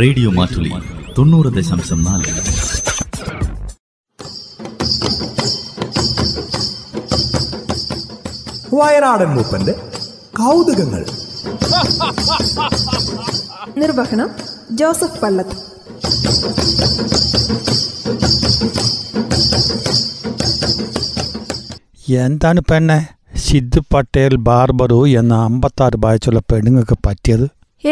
radio Mattoli തൊണ്ണൂറ് ദശാംശം നാല് വയനാടൻ മൂപ്പന്റെ കൗതുകങ്ങൾ നിർവഹണം ജോസഫ് പള്ളത്ത് എന്താണ് പെണ്ണെ സിദ്ധു പട്ടേൽ ബാർബറു എന്ന അമ്പത്താറ് വയസ്സുള്ള പെണ്ണുങ്ങൾക്ക് പറ്റിയത്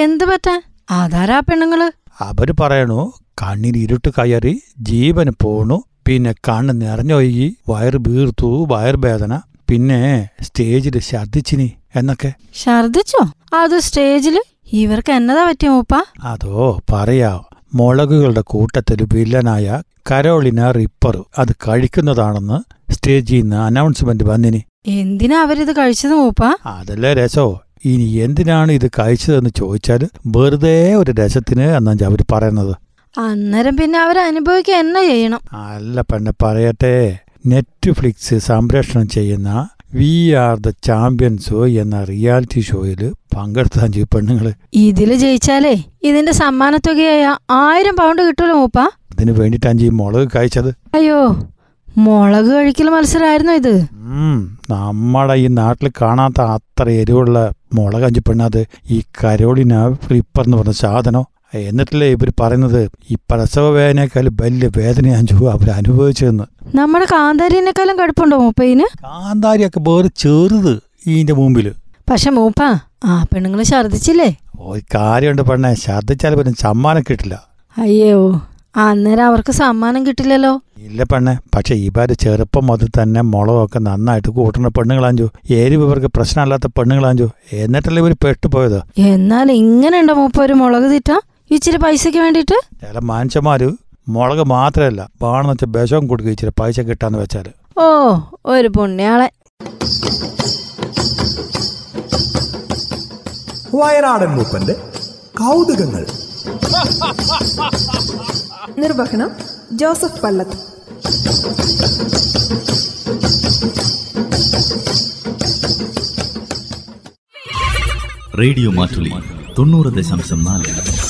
എന്ത് പറ്റാൻ അതാരാ പെണ്ണുങ്ങള് അവർ പറയണു കണ്ണിന് ഇരുട്ട് കയറി ജീവന് പോണു പിന്നെ കണ്ണ് നിറഞ്ഞൊഴുകി വയറ് വീർത്തു വയറുവേദന പിന്നെ സ്റ്റേജിൽ ഛർദിച്ചിനി എന്നൊക്കെ ഛർദിച്ചോ അത് സ്റ്റേജില് ഇവർക്ക് എന്നതാ പറ്റിയ മൂപ്പ അതോ പറയാ മുളകുകളുടെ കൂട്ടത്തിൽ വില്ലനായ കരോളിന റിപ്പർ അത് കഴിക്കുന്നതാണെന്ന് സ്റ്റേജിൽ നിന്ന് അനൗൺസ്മെന്റ് വന്നിനി എന്തിനാ അവരിത് കഴിച്ചത് മൂപ്പ അതല്ലേ രസോ ഇനി എന്തിനാണ് ഇത് കഴിച്ചതെന്ന് ചോദിച്ചാൽ വെറുതെ ഒരു രസത്തിന് എന്നാണ് അവർ പറയുന്നത് അന്നേരം പിന്നെ അവരനുഭവിക്കുക എന്നെ ചെയ്യണം അല്ല പെണ്ണെ പറയട്ടെ നെറ്റ്ഫ്ലിക്സ് സംപ്രേഷണം ചെയ്യുന്ന വി ആർ ദ ചാമ്പ്യൻസ് എന്ന റിയാലിറ്റി ഷോയിൽ പങ്കെടുത്താൻ ചെയ്യും പെണ്ണുങ്ങൾ ഇതില് ജയിച്ചാലേ ഇതിന്റെ സമ്മാനത്തുകയായ ആയിരം പൗണ്ട് കിട്ടുമല്ലോ മൂപ്പ അതിന് വേണ്ടിയിട്ടാണ് ചെയ്യും മുളക് കഴിച്ചത് അയ്യോ മുളക് കഴിക്കൽ മത്സരമായിരുന്നു ഇത് ഉം, നമ്മുടെ ഈ നാട്ടിൽ കാണാത്ത അത്ര എരിവുള്ള മുളക് അഞ്ച് പെണ്ണത് ഈ കരോളിന ഫ്ലിപ്പർ എന്ന് പറഞ്ഞ സാധനം എന്നിട്ടല്ലേ ഇവർ പറയുന്നത് ഈ പ്രസവ വേദനയേക്കാൾ വലിയ വേദനയാണ് ചോ അവർ അനുഭവിച്ചതെന്ന് നമ്മുടെ കാന്താരിനേക്കാളും കടുപ്പുണ്ടോ മൂപ്പയിന് കാന്താരിയൊക്കെ വേറെ ചെറുത് ഇതിൻ്റെ മുമ്പിൽ പക്ഷെ മൂപ്പ ആ പെണ്ണുങ്ങള് ഛർദിച്ചില്ലേ ഒരു കാര്യമുണ്ട് പെണ്ണെ ഛർദ്ദിച്ചാൽ പിന്നെ സമ്മാനം കിട്ടില്ല അയ്യോ അന്നേരം അവർക്ക് സമ്മാനം കിട്ടില്ലല്ലോ ഇല്ല പെണ്ണെ പക്ഷെ ഇവര് ചെറുപ്പം മുതൽ തന്നെ മുളകൊക്കെ നന്നായിട്ട് കൂട്ടുന്ന പെണ്ണുങ്ങളാഞ്ചോ ഏരിവ് ഇവർക്ക് പ്രശ്നമല്ലാത്ത പെണ്ണുങ്ങളാഞ്ചോ എന്നിട്ടല്ലേ ഇവർ പെട്ടുപോയത് എന്നാൽ ഇങ്ങനെയുണ്ടോ മൂപ്പ ഒരു മുളക് തിറ്റ ഇച്ചിരി പൈസക്ക് വേണ്ടിയിട്ട് ചില മനുഷ്യന്മാര് മുളക് മാത്രമല്ല വേണമെന്ന് വെച്ചാൽ വിഷം കൊടുക്കുക ഇച്ചിരി പൈസ കിട്ടാന്ന് വെച്ചാൽ ഓ ഒരു പുണ്യാളെ വയനാടൻ മൂപ്പന്റെ കൗതുകങ്ങൾ നിർവഹണം ജോസഫ് പള്ളത്ത് റേഡിയോ മാറ്റുലി തൊണ്ണൂറ് ദശാംശം നാല്